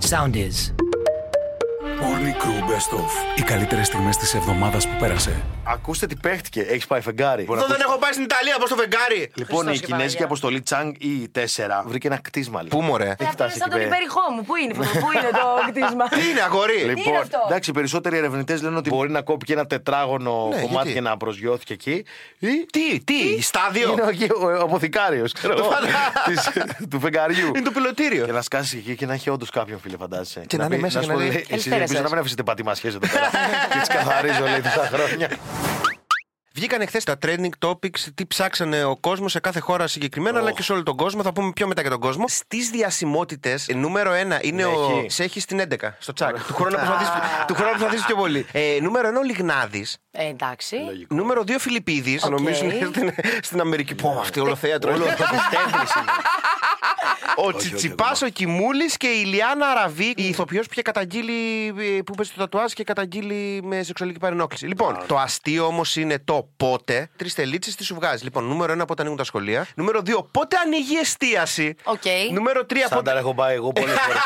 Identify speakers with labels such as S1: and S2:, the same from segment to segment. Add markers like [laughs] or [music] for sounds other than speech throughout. S1: sound is.
S2: Morning Crew Best Of. Οι καλύτερες στιγμές της εβδομάδας που πέρασε.
S3: Ακούστε τι παίχτηκε. Έχεις πάει φεγγάρι. Μπορεί
S4: Αυτό
S3: να
S4: δεν έχω πάει στην Ιταλία, πώς το φεγγάρι.
S3: Λοιπόν, η
S5: και Παναγία.
S3: Κινέζικη αποστολή Τσάνγκ ή 4 βρήκε ένα κτίσμα. λοιπόν.
S4: Πού μωρέ.
S3: Έχει
S5: Αυτό είναι
S3: φτάσει
S5: σαν τον
S3: εκεί πέρα.
S5: υπερηχό μου. Πού είναι, αυτό, πού είναι το
S3: [laughs]
S5: κτίσμα.
S4: Τι είναι, αγόρι.
S5: Τι είναι αυτό?
S3: Λοιπόν, εντάξει, οι περισσότεροι ερευνητές λένε ότι μπορεί να κόπηκε ένα τετράγωνο
S4: Ναι,
S3: κομμάτι
S4: γιατί?
S3: και να προσγειώθηκε εκεί. Ή
S4: Τι, τι, στάδιο.
S3: είναι ο, ο, ο αποθηκάριος του φεγγαριού.
S4: Είναι το πιλωτήριο.
S3: Και να σκάσεις εκεί και να έχει όντως κάποιον φίλε, φαντάζεσαι.
S4: Και να είναι
S3: πει-
S4: μέσα και
S3: σου
S4: να
S3: λέει,
S4: λέει,
S3: «Εσείς
S5: «Καλησπέρα
S3: ελπίζω
S5: σας».
S3: να μην αφήσετε πατημασιέ εδώ
S4: [laughs]
S3: πέρα. Και τι καθαρίζω, λέει, τόσα χρόνια.
S4: Βγήκαν χθες τα trending topics, τι ψάξανε ο κόσμος σε κάθε χώρα συγκεκριμένα, αλλά και σε όλο τον κόσμο. Θα πούμε πιο μετά για τον κόσμο. Στις διασημότητες, νούμερο 1 είναι
S3: Ναι,
S4: ο.
S3: έχει.
S4: Σε έχει στην 11, στο τσακ. του χρόνου να προσπαθείς- του χρόνου να προσπαθήσει πιο πολύ. Ε, νούμερο 1 ο Λιγνάδης.
S5: Ε, εντάξει.
S4: Νούμερο 2 Φιλιππίδη.
S5: Οκ.
S4: Νομίζουν ότι στην, στην Αμερική. Πω, αυτή όλο θέατρο. είναι.
S3: [laughs]
S4: Ο Τσιτσιπά, ο Κιμούλης και η Ιλιάνα Αραβή, η ηθοποιός που είχε καταγγείλει ε, που είπε στο τατουάζ και καταγγείλει με σεξουαλική παρενόχληση. Λοιπόν, το αστείο όμως είναι το πότε. Τρεις τελίτσες τις σου βγάζει. Λοιπόν, νούμερο 1 πότε ανοίγουν τα σχολεία. Νούμερο 2 πότε ανοίγει η εστίαση.
S5: Οκ.
S4: Νούμερο 3
S3: Σαν τα
S4: πότε.
S3: έχω πάει εγώ πολλέ φορέ.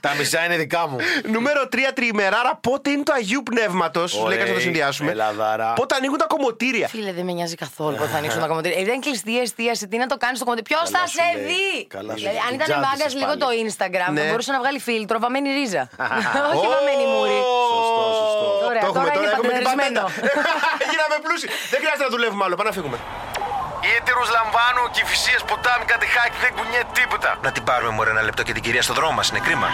S3: Τα μισά είναι δικά μου.
S4: Νούμερο 3 τριημεράρα, πότε είναι το Αγίου Πνεύματος. Σου λέει
S3: Ωραία,
S4: κάτι να το συνδυάσουμε.
S3: Ελλαδάρα.
S4: Πότε ανοίγουν τα κομμωτήρια.
S5: Φίλε, δεν με νοιάζει καθόλου που θα ανοίξουν τα κομμωτήρια. Ε, δεν κλειστή η εστίαση, τι να το κάνεις στο κομμωτήριο. Ποιο θα
S3: σου
S5: σε
S3: λέει.
S5: δει!
S3: Καλά σου
S5: Δηλαδή,
S3: λέει.
S5: αν
S3: Την
S5: ήταν μάγκα
S3: τζάντισες
S5: λίγο
S3: πάλι.
S5: το Instagram,
S4: Ναι.
S5: θα μπορούσε να βγάλει φίλτρο, βαμμένη
S3: [laughs]
S5: ρίζα. [laughs] Όχι βαμμένη μούρη.
S3: Σωστό, σωστό.
S5: Ωραία, τώρα είναι
S4: έχουμε την
S5: παντρεμένο.
S4: πατέντα. [laughs] Γίναμε πλούσιοι. Δεν χρειάζεται να δουλεύουμε άλλο. Πάμε να φύγουμε.
S3: Ήτερου λαμβάνω και φυσίε ποτάμι κάτι χάκι δεν κουνιέται τίποτα.
S4: Να την πάρουμε μωρέ ένα λεπτό και την κυρία στο δρόμο μας. Είναι κρίμα.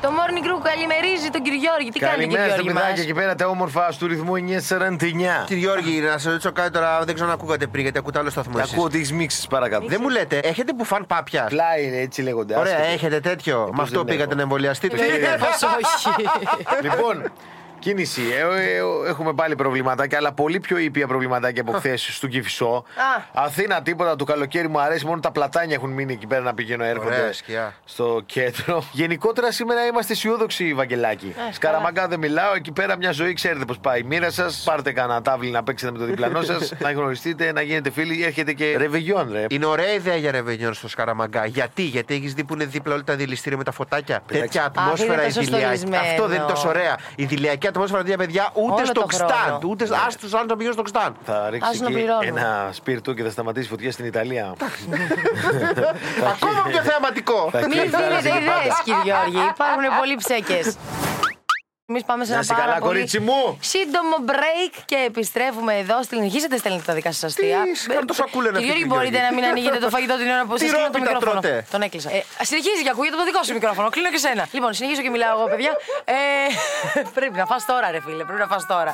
S5: Το morning crew καλημερίζει τον κύριο Γιώργη. Τι κάνει ο κύριο
S3: Καλημέρα στα
S5: Γιώργη μα.
S3: παιδάκια εκεί πέρα τα όμορφα του ρυθμού 949.
S4: Κύριε Γιώργη, να σας ρωτήσω κάτι τώρα. Δεν ξέρω αν ακούγατε πριν γιατί ακούτε άλλο σταθμό.
S3: Τα
S4: εσείς.
S3: ακούω ότι έχει μίξεις παρακάτω.
S4: Δεν μου λέτε, έχετε μπουφάν πάπια.
S3: Πλάι είναι έτσι λέγονται.
S4: Ωραία,
S3: άσχετο.
S4: έχετε τέτοιο. Με αυτό
S3: δεν
S4: πήγατε
S3: έχω.
S4: να εμβολιαστείτε.
S5: [laughs]
S3: [laughs] λοιπόν, κίνηση. Ε, ε, ε, έχουμε πάλι προβληματάκια, αλλά πολύ πιο ήπια προβληματάκια από χθε στον Κυφισό. Αθήνα, τίποτα το καλοκαίρι μου αρέσει. Μόνο τα πλατάνια έχουν μείνει εκεί πέρα να πηγαίνω έρχονται
S4: Ωραία, σκιά.
S3: στο κέντρο. Γενικότερα σήμερα είμαστε αισιόδοξοι, Βαγγελάκη.
S5: Ε,
S3: Σκαραμαγκά δεν μιλάω. Εκεί πέρα μια ζωή ξέρετε πώς πάει η μοίρα σας. Πάρτε κανένα τάβλι να παίξετε με το
S5: [laughs]
S3: διπλανό σας. να γνωριστείτε, να γίνετε φίλοι. Έρχεται και ρεβεγιόν,
S5: Ε,
S3: ρε.
S4: Είναι ωραία ιδέα για ρεβενιόν στο Σκαραμαγκά. Γιατί, γιατί έχεις δει που είναι δίπλα όλα τα δηληστήρια με τα φωτάκια. Τέτοια ατμόσφαιρα
S5: είναι τόσο
S4: δηλιακή.
S5: στολισμένο.
S4: Αυτό δεν είναι τόσο ωραία. Η δηλιακή ατμόσφαιρα, τέτοια παιδιά, ούτε
S5: Όλο
S4: στο
S5: το
S4: ξτάν.
S5: χρόνο. Ναι.
S4: Ούτε α τους άλλους να πηγαίνουν στο ξτάν.
S3: Θα ρίξει
S5: να
S3: εκεί
S5: πληρώνω.
S3: ένα σπίρτο και θα σταματήσει φωτιά στην Ιταλία.
S4: Ακόμα πιο θεαματικό.
S3: Θα
S5: Μην
S3: κρύβει τα
S5: δίνετε
S3: πάντα.
S5: ιδέες, κύριε Γιώργη. Υπάρχουν πολλοί ψέκες. Εμείς πάμε σε
S3: Να
S5: ένα
S3: είσαι
S5: πάρα
S3: καλά,
S5: πολύ
S3: κορίτσι μου.
S5: σύντομο break και επιστρέφουμε εδώ. Στελνιχίζετε, στέλνετε τα δικά σας αστεία.
S4: Τι σκάρτο σακούλα είναι
S5: Κύριε
S4: αυτή,
S5: Γιώργη,
S4: κύριε
S5: μπορείτε να
S4: Γιώργη.
S5: μην ανοίγετε το φαγητό την ώρα που
S4: Τι
S5: σας κλείνω το
S4: ρόπιτα
S5: μικρόφωνο.
S4: τρώτε.
S5: Τον έκλεισα. Ε, συνεχίζει και ακούγεται από το δικό σου μικρόφωνο. Κλείνω και σένα. Λοιπόν, συνεχίζω και μιλάω εγώ, παιδιά. Ε, [laughs] πρέπει να φας τώρα, ρε φίλε. Πρέπει να φας τώρα.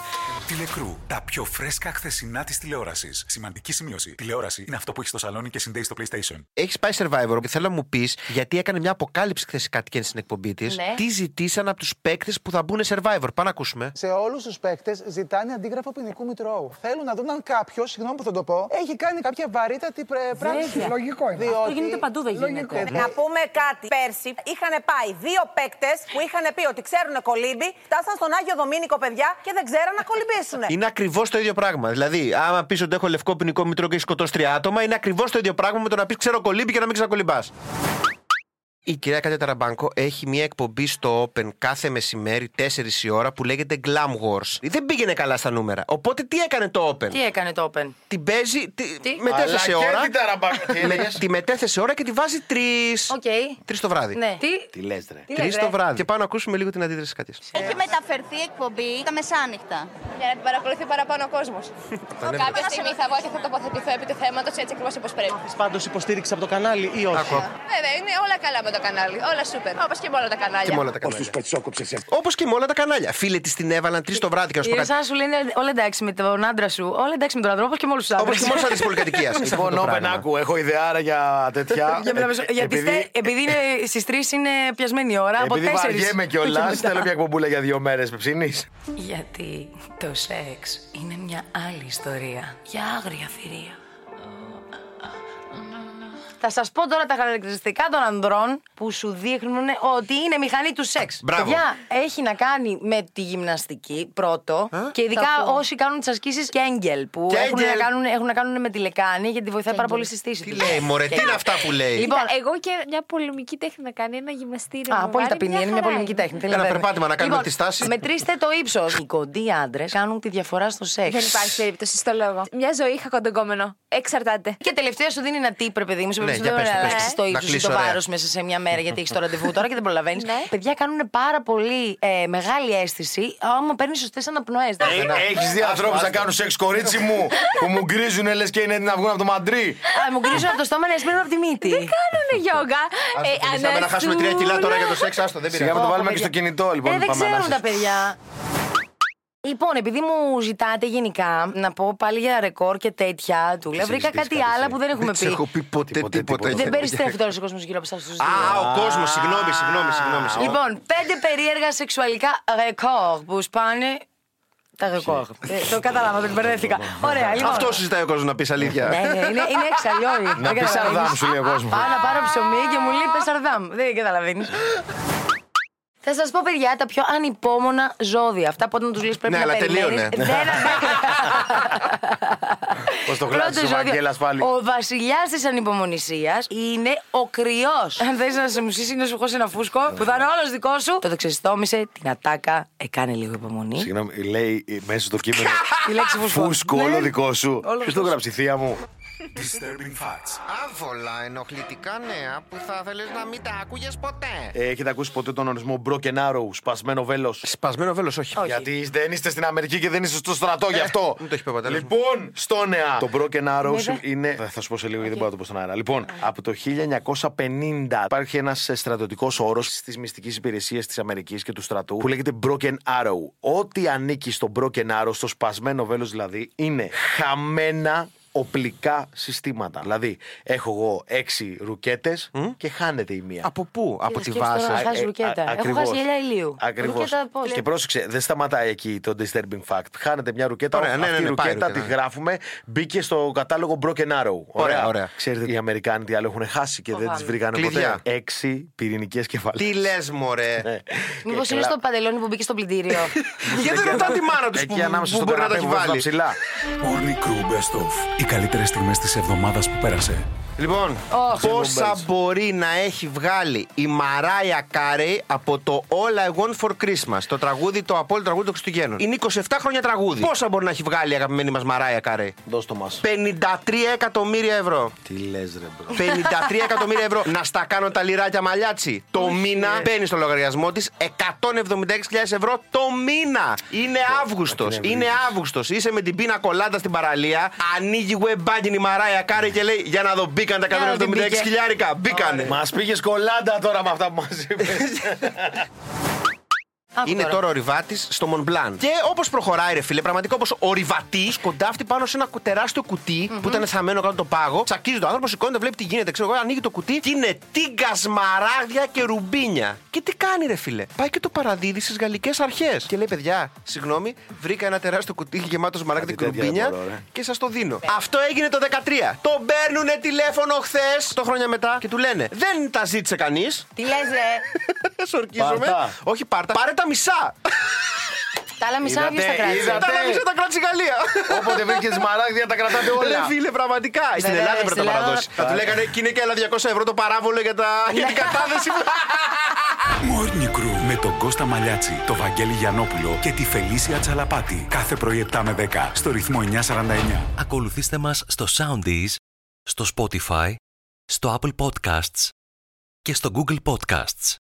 S2: Τηλεκρού. Τα πιο φρέσκα χθεσινά της τηλεόρασης. Σημαντική σημείωση. Τηλεόραση είναι αυτό που έχεις στο σαλόνι και συνδέει στο PlayStation.
S4: Έχεις πάει Survivor και θέλω να μου πεις, γιατί έκανε μια αποκάλυψη χθες η Κατ' Κέν στην εκπομπή της,
S5: Ναι.
S4: τι ζητήσαν από τους παίκτες που θα μπουν Survivor. Πάμε να ακούσουμε.
S6: σε όλους τους παίκτες ζητάνε αντίγραφο ποινικού μητρώου. Θέλουν να δουν αν κάποιος, συγγνώμη που θα το πω, έχει κάνει κάποια βαρύτατη πρε- πράξη. Λογικό είναι. Διότι... Αυτό γίνεται παντού, δεν γίνεται.
S7: Να πούμε κάτι. Πέρσι είχαν πάει δύο παίκτες που είχαν πει ότι ξέρουν κολύμπι, φτάσαν στον Άγιο Δομήνικο, παιδιά, και δεν ξέραν να κολυμπήσουν.
S5: Ναι.
S4: Είναι ακριβώς το ίδιο πράγμα. Δηλαδή, άμα πεις ότι έχω λευκό ποινικό μητρό και έχεις σκοτώσει τρία άτομα, είναι ακριβώς το ίδιο πράγμα με το να πεις ξέρω κολύμπι και να μην ξανακολυμπάς. Η κυρία Κάτια Ταραμπάνκο έχει μια εκπομπή στο Open κάθε μεσημέρι, 4 η ώρα, που λέγεται Glam Wars. Δεν πήγαινε καλά στα νούμερα. Οπότε τι έκανε το Open.
S5: Τι έκανε το Open.
S4: Την παίζει. τη-
S5: Τι?
S3: Αλλά
S4: Μετέθεσε
S3: και
S4: ώρα.
S3: την [laughs] ταραμπάκα. Τι
S4: με,
S3: έλεγες?
S4: τη μετέθεσε ώρα και τη βάζει τρεις.
S5: Οκ.
S4: Τρεις το βράδυ.
S5: Ναι. Τι.
S3: Τι λες ρε.
S5: τι
S4: Τρει
S5: λες,
S4: το
S5: ρε?
S4: βράδυ. Και πάμε να ακούσουμε λίγο την αντίδραση της
S8: Έχει μεταφερθεί η εκπομπή τα μεσάνυχτα.
S9: Για να την παρακολουθεί παραπάνω ο κόσμος. Κάποια στιγμή θα βγω και θα τοποθετηθώ επί του θέματος έτσι ακριβώς όπως πρέπει.
S10: Πάντως υποστήριξη από το κανάλι ή όχι.
S9: Βέβαια, είναι όλα καλά με το κανάλι. Όλα σούπερ. Όπως και με όλα τα κανάλια.
S4: Και με όλα τα κανάλια. Όπως και με όλα τα κανάλια. Φίλε τη την έβαλαν τρεις το βράδυ και να σου
S5: Η
S4: πω κάτι.
S5: Ρεσά σου λέει «Ναι, όλα εντάξει με τον άντρα σου, όλα εντάξει με τον άντρα, όπω και με όλους τους άντρε.
S4: Όπω και μόνο της πολυκατοικίας.
S5: [laughs]
S3: Λοιπόν, Όπεν, άκου, έχω ιδεάρα για τέτοια.
S5: Για μιλάμε-
S3: Ε,
S5: Γιατί στε- επειδή είναι στις 3 είναι πιασμένη η ώρα. από
S3: επειδή
S5: τέσσερις
S3: βαριέμαι
S5: και
S3: κιόλας,
S5: μετά.
S3: θέλω μια εκπομπούλα για δύο μέρες με ψήνεις.
S8: Γιατί το σεξ είναι μια άλλη ιστορία για άγρια θηρία.
S5: Θα σας πω τώρα τα χαρακτηριστικά των ανδρών που σου δείχνουν ότι είναι μηχανή του σεξ.
S4: Μπράβο.
S5: Παιδιά, έχει να κάνει με τη γυμναστική πρώτο και ειδικά
S8: Τα ακούω.
S5: όσοι κάνουν τις ασκήσεις Κέγγελ που έχουν να,
S4: Κέγγελ.
S5: κάνουν, έχουν να κάνουν με τη λεκάνη γιατί βοηθάει πάρα πολύ στη στήση.
S4: Τι
S5: τους.
S4: λέει, Μωρέ, τι είναι αυτά που λέει.
S5: Λοιπόν,
S1: Εγώ και μια πολεμική τέχνη να κάνει ένα γυμναστήριο.
S5: Α,
S1: με
S5: απόλυτα
S1: βάρη,
S5: ποινή. Είναι μια
S1: χαρά
S5: πολεμική
S1: είναι.
S5: τέχνη. τι
S4: Ένα
S5: να λέμε.
S4: περπάτημα να κάνουμε
S5: Λοιπόν,
S4: τη στάση.
S5: Μετρήστε το ύψος. Οι κοντοί άντρες κάνουν τη διαφορά στο σεξ.
S1: Δεν υπάρχει περίπτωση, στο λόγο. Μια ζωή είχα κοντεγκόμενο. Εξαρτάται.
S5: Και τελευταία σου δίνει ένα tip, παιδί μου, σε
S4: Ναι,
S5: περίπτωση
S4: για
S5: που δεν
S4: πες το, πες το.
S5: αλλάξει το
S4: Να
S5: ύψος ή
S4: κλείσω
S5: το
S4: ωραία.
S5: βάρος μέσα σε μια μέρα γιατί έχεις το ραντεβού τώρα και δεν προλαβαίνεις.
S1: Ναι.
S5: Παιδιά κάνουν πάρα πολύ ε, μεγάλη αίσθηση άμα παίρνεις σωστές
S4: Ε.
S5: αναπνοέ.
S3: Έχει Ε, δει ανθρώπους να κάνουν σεξ, κορίτσι μου, που μου γκρίζουν λες και είναι έτοιμοι να βγουν από το μαντρί.
S5: Μου γκρίζουν από το στόμα να εσπέρνουν από τη μύτη.
S1: Κάνουνε γιόγκα.
S8: ε,
S4: Άστο, παιδιά, άμα να χάσουμε τρία κιλά τώρα για το σεξ, άστο, δεν
S3: Σιγά
S4: πειράζει.
S3: με το
S5: Ω,
S3: βάλουμε και
S5: παιδιά.
S3: στο κινητό, λοιπόν.
S5: Ε, δεν
S3: πάμε
S5: ξέρουν
S3: ανάσες.
S5: τα παιδιά. Λοιπόν, επειδή μου ζητάτε γενικά να πω πάλι για ρεκόρ και τέτοια, του λέω βρήκα
S3: ζητήσει
S5: κάτι
S3: κάτι,
S5: άλλο
S3: εσύ.
S5: που δεν έχουμε
S4: Δεν της
S5: πει.
S4: έχω πει ποτέ
S3: Τίποτε,
S4: τίποτα.
S3: τίποτε.
S5: Δεν περιστρέφει τώρα ο κόσμος γύρω από εσά του
S4: ε, Α, ο κόσμος, συγγνώμη, συγγνώμη, συγγνώμη. συγγνώμη.
S5: Λοιπόν, πέντε περίεργα σεξουαλικά ρεκόρ που σπάνε. Τα ρεκόρ. Ε, το κατάλαβα, τον μπερδεύτηκα. Ωραία, λοιπόν.
S4: Αυτό σου ζητάει ο κόσμος να πεις αλήθεια.
S5: Ναι, ναι, είναι, είναι εξαλλιώρη.
S3: Να
S5: Δεν
S3: πεις
S5: καταλαβαίνεις.
S3: σαρδάμ, σου λέει ο κόσμος.
S5: Πάω να πάρω ψωμί και μου λέει πες σαρδάμ. Δεν καταλαβαίνεις. Θα σας πω, παιδιά, τα πιο ανυπόμονα ζώδια. Αυτά που όταν τους λες πρέπει
S4: Ναι,
S5: να
S4: αλλά
S5: περιμένεις.
S4: τελείωνε.
S5: Δεν αντέχεται.
S3: [laughs] Πώς το
S5: Πρώτο
S3: κλάτσε ο
S5: ζώδιο.
S3: Βαγγέλας πάλι.
S5: Ο βασιλιάς της ανυπομονησίας είναι ο κρυός. Αν θες να σε μουσήσει, να σου χώσει ένα φούσκο που θα είναι όλος δικός σου. Τότε ξεστόμησε την ατάκα. Έκανε λίγο υπομονή.
S3: Συγγνώμη, λέει ε, μέσα στο [laughs] κείμενο.
S5: Τη λέξη φούσκο.
S3: Φούσκο, όλο δικό σου.
S5: Ναι.
S3: Ποιο
S5: Όλο δικό
S3: το
S5: σου.
S3: γράψει, θεία μου.
S2: Disturbing facts.
S4: Άβολα, ενοχλητικά νέα που θα θέλεις να μην τα άκουγες ποτέ.
S3: Ε, Έχετε ακούσει ποτέ τον ορισμό Broken Arrow, σπασμένο βέλος.
S4: Σπασμένο βέλος, όχι. Ε,
S3: Γιατί δεν είστε στην Αμερική και δεν είστε στο στρατό γι' αυτό.
S4: μην το έχεις πει ο πατέρας μου.
S3: Λοιπόν, στο νεά. Το Broken Arrows είναι. Θα- Θα σου πω σε λίγο γιατί δεν μπορώ να το πω στον αέρα. Λοιπόν, από το 1950 υπάρχει ε, ένα στρατιωτικός όρος τη μυστική υπηρεσία της Αμερικής και του στρατού που λέγεται Broken Arrow. Ό,τι ανήκει στο Broken Arrow, στο σπασμένο βέλος δηλαδή, είναι χαμένα οπλικά συστήματα. Δηλαδή, έχω εγώ έξι ρουκέτες και χάνεται η μία.
S4: Από πού, από τη
S5: σκέψου τώρα,
S4: βάση.
S3: Ε,
S5: χάσει ρουκέτα. Έχω χάσει γυαλιά ηλίου.
S3: Ακριβώς.
S5: Ρουκέτα πώς?
S3: Και πρόσεξε, δεν σταματάει εκεί το disturbing fact. Χάνεται μια ρουκέτα.
S4: Ωραία, ναι,
S3: αυτή
S4: ναι,
S3: η
S4: ναι, πάει η
S3: ρουκέτα τη
S4: ρουκέτα, ναι.
S3: γράφουμε. Μπήκε στο κατάλογο Broken Arrow.
S4: ωραία.
S3: Ξέρετε, οι Αμερικάνοι τι άλλο έχουν χάσει και δεν τις βρήκανε
S4: Κλειδιά.
S3: ποτέ. Έξι πυρηνικές κεφαλές.
S4: Τι λες, μωρέ.
S5: Μήπως είναι στο παντελόνι που μπήκε στο πλυντήριο.
S3: [laughs]
S4: Γιατί δεν ρωτά τη μάνα τους
S3: Εκεί ανάμεσα
S4: που
S3: στον
S4: μπορεί να το
S3: καναπέ που
S4: έχει
S3: βάζουν τα
S4: βάλει.
S3: ψηλά.
S2: Morning Crew Best Of. Οι καλύτερες στιγμές της εβδομάδας που πέρασε.
S4: Λοιπόν, πόσα μπορεί να έχει βγάλει η Μαράια Κάρεϊ από το All I Want for Christmas, το τραγούδι, το απόλυτο τραγούδι των Χριστουγέννων. Είναι 27 χρόνια τραγούδι. Πόσα μπορεί να έχει βγάλει η αγαπημένη μας Μαράια Κάρεϊ.
S3: Δώσ' το μας.
S4: 53 εκατομμύρια ευρώ.
S3: Τι λες, ρε, μπρο.
S4: 53 εκατομμύρια ευρώ. Να στα κάνω τα λιράκια μαλλιάτσι. Το μήνα μπαίνει στο λογαριασμό της 176.000 ευρώ το μήνα. Είναι Αύγουστο. Είναι Αύγουστος. Είσαι με την πίνα κολάντα στην παραλία. Ανοίγει web banking η Μαράια Κάρε και λέει Για να δω, μπήκαν τα 176
S5: Για να δω, μπήκε.
S4: χιλιάρικα. Μπήκανε.
S3: Μας πήγε κολάντα τώρα με αυτά που μας είπες.
S5: Άκου
S4: Είναι τώρα ο Ριβάτης στο Μονμπλάν. Και όπως προχωράει, ρε φίλε, πραγματικά όπως ο Ριβάτη σκοντάφτει πάνω σε ένα κου- τεράστιο κουτί που ήταν θαμένο κάτω από το πάγο. Τσακίζει το άνθρωπο, σηκώνεται, βλέπει τι γίνεται. Ξέρω εγώ, ανοίγει το κουτί και είναι τίγκα σμαράγδια και ρουμπίνια. Και τι κάνει, ρε φίλε. Πάει και το παραδίδει στις γαλλικές αρχές. Και λέει, παιδιά, συγγνώμη, βρήκα ένα τεράστιο κουτί γεμάτο σμαράγδια
S3: Κάτι
S4: και
S3: τέτοια
S4: ρουμπίνια
S3: δεν μπορώ, ρε.
S4: και σας το δίνω. Αυτό έγινε το 13. Το παίρνουνε τηλέφωνο χθες, το χρόνια μετά και του λένε Δεν τα ζήτησε κανείς. [laughs]
S7: Τι λες, ρε.
S4: Σου ορκίζομαι.
S3: Πάρτα.
S4: Όχι πάρτα. Πάρε τα μισά.
S5: Τα άλλα μισά
S3: Είδατε,
S5: βγες στα κράτη.
S3: είδατε.
S4: Τα λάβει τα κράτησε η Γαλλία.
S3: Όποτε βρήκες μαράγδια τα κρατάτε
S4: Ρε
S3: όλα.
S4: φίλε, πραγματικά. Στην
S5: Βέβαια,
S4: Ελλάδα
S5: στην
S4: πρέπει να τα
S5: Ελλάδα-
S4: παραδώσει. Θα του λέγανε και είναι και άλλα 200 ευρώ το παράβολο για, τα... για την κατάθεση.
S2: Morning Crew με τον Κώστα Μαλιάτσι, τον Βαγγέλη Γιανόπουλο και τη Φελίσια Τσαλαπάτη. Κάθε πρωί 7 με 10 στο ρυθμό 949.
S11: Ακολουθήστε μας στο Soundees, στο Spotify, στο Apple Podcasts και στο Google Podcasts.